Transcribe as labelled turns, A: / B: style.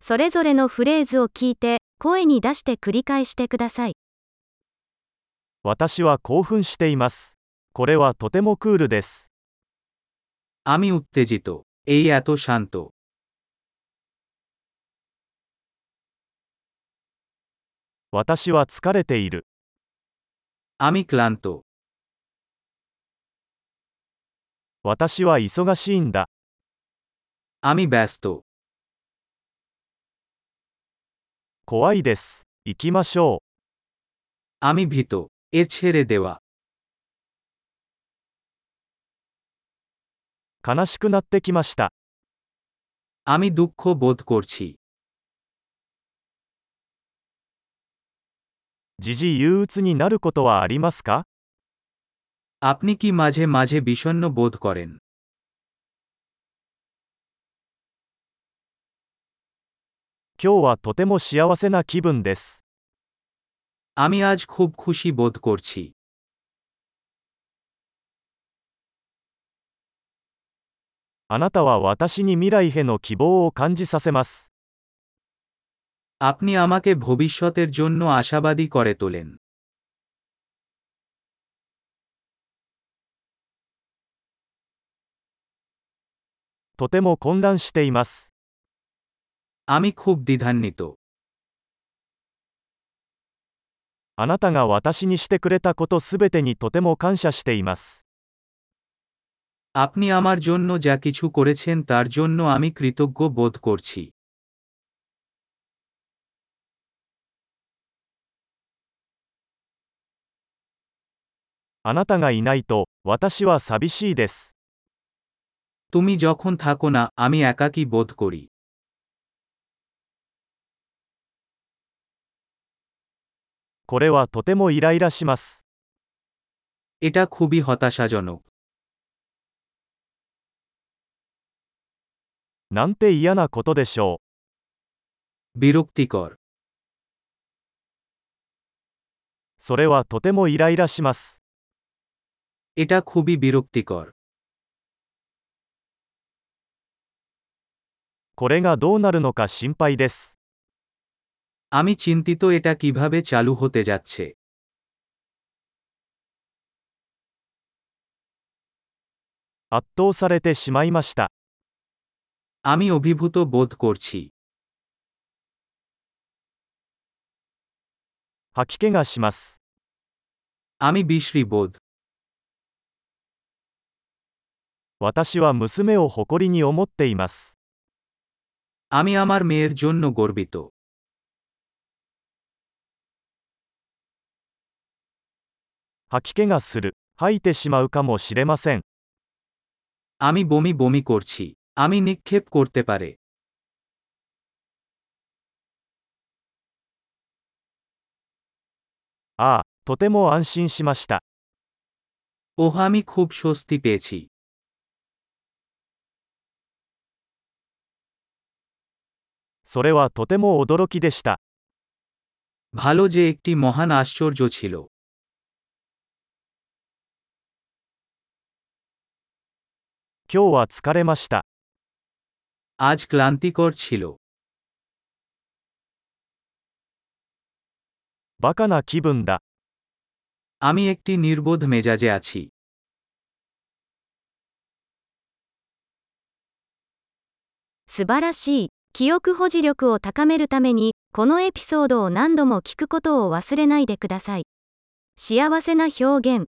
A: それぞれのフレーズを聞いて、声に出して繰り返してください。
B: 私は興奮しています。これはとてもクールです。
C: আমি উত্তেজিত এই এত শান্ত
B: 私は疲れている。
C: আমি ক্লান্ত
B: 私は忙しいんだ。
C: আমি ব্যস্ত
B: 怖いです。行きましょ
C: আমি ভীত এ ছেড়ে দেওয়া
B: う。悲しくなってきました。
C: আমি দুঃখ বোধ করছি
B: 時々憂鬱になることはありますか
C: আপনি কি মাঝে মাঝে বিষণ্ণ বোধ করেন
B: 今日はとても幸せな気分です。
C: আমি আজ খুব খুশি বোধ করছি
B: あなたは私に未来への希望を感じさせます。
C: আপনি আমাকে ভবিষ্যতের জন্য আশাবাদী করে তোলেন
B: とても混乱しています。
C: আমি খুব দ্বিধান্বিত
B: あなたが私にしてくれたことすべてにとても感謝しています。
C: আপনি আমার জন্য যা কিছু করেছেন তার জন্য আমি কৃতজ্ঞ বোধ করছি
B: あなたがいないと、私は寂しいです。
C: তুমি যখন থাকো না আমি একাকী বোধ করি
B: これはとてもイライラします。
C: এটা খুবই হতাশাজনক
B: なんて嫌なことでしょう。
C: বিরক্তিকর
B: それはとてもイライラします。
C: এটা খুবই বিরক্তিকর
B: これがどうなるのか心配です。
C: আমি চিন্তিত এটা কিভাবে চালু হতে যাচ্ছে
B: 圧倒されてしまいました。
C: আমি অভিভূত বোধ করছি
B: 吐き気がします。
C: আমি বিশ্রী বোধ
B: 私は娘を誇りに思っています。
C: আমি আমার মেয়ের জন্য গর্বিত
B: 吐き気がする。吐いてしまうかもしれません。
C: আমি বমি বমি করছি আমি নিক্ষেপ করতে পারে
B: ああ、とても安心しました。
C: ওহ আমি খুব স্বস্তি পেয়েছি
B: それはとても驚きでした。
C: ভালো যে একটি মহান আশ্চর্য ছিল
B: 今日は疲れました。
C: আজ ক্লান্তিকর ছিল
B: バカな気分だ。
C: আমি একটি নির্বোধ মেজাজে আছি
A: 素晴らしい。記憶保持力を高めるために、このエピソードを何度も聞くことを忘れないでください。幸せな表現、